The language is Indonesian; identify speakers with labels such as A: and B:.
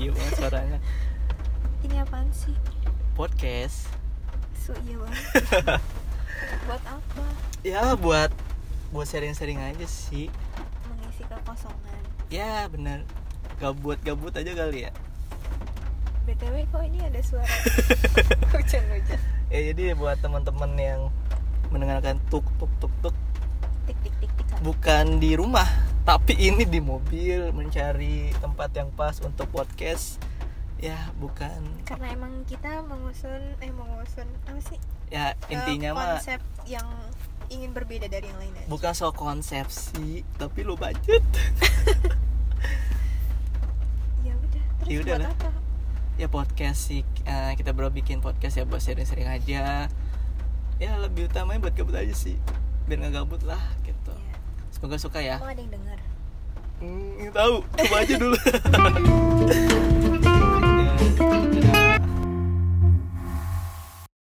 A: iya buat apa
B: ya buat buat sharing-sharing aja sih
A: mengisi kekosongan
B: ya bener gabut-gabut aja kali ya
A: btw kok ini ada suara hujan-hujan
B: ya jadi buat teman-teman yang mendengarkan tuk tuk tuk tuk
A: tik tik tik tik
B: bukan di rumah tapi ini di mobil mencari tempat yang pas untuk podcast ya bukan
A: karena emang kita mengusun eh mengusun apa sih
B: ya
A: Eh,
B: intinya mah
A: konsep yang ingin berbeda dari yang lainnya
B: bukan soal konsepsi tapi lu budget
A: ya udah terus
B: Ya udah
A: buat
B: lah.
A: apa
B: ya podcast sih eh, kita baru bikin podcast ya buat sering-sering aja ya lebih utamanya buat gabut aja sih biar nggak gabut lah gitu
A: ya.
B: semoga suka ya
A: Emang ada yang dengar
B: hmm, tahu coba aja dulu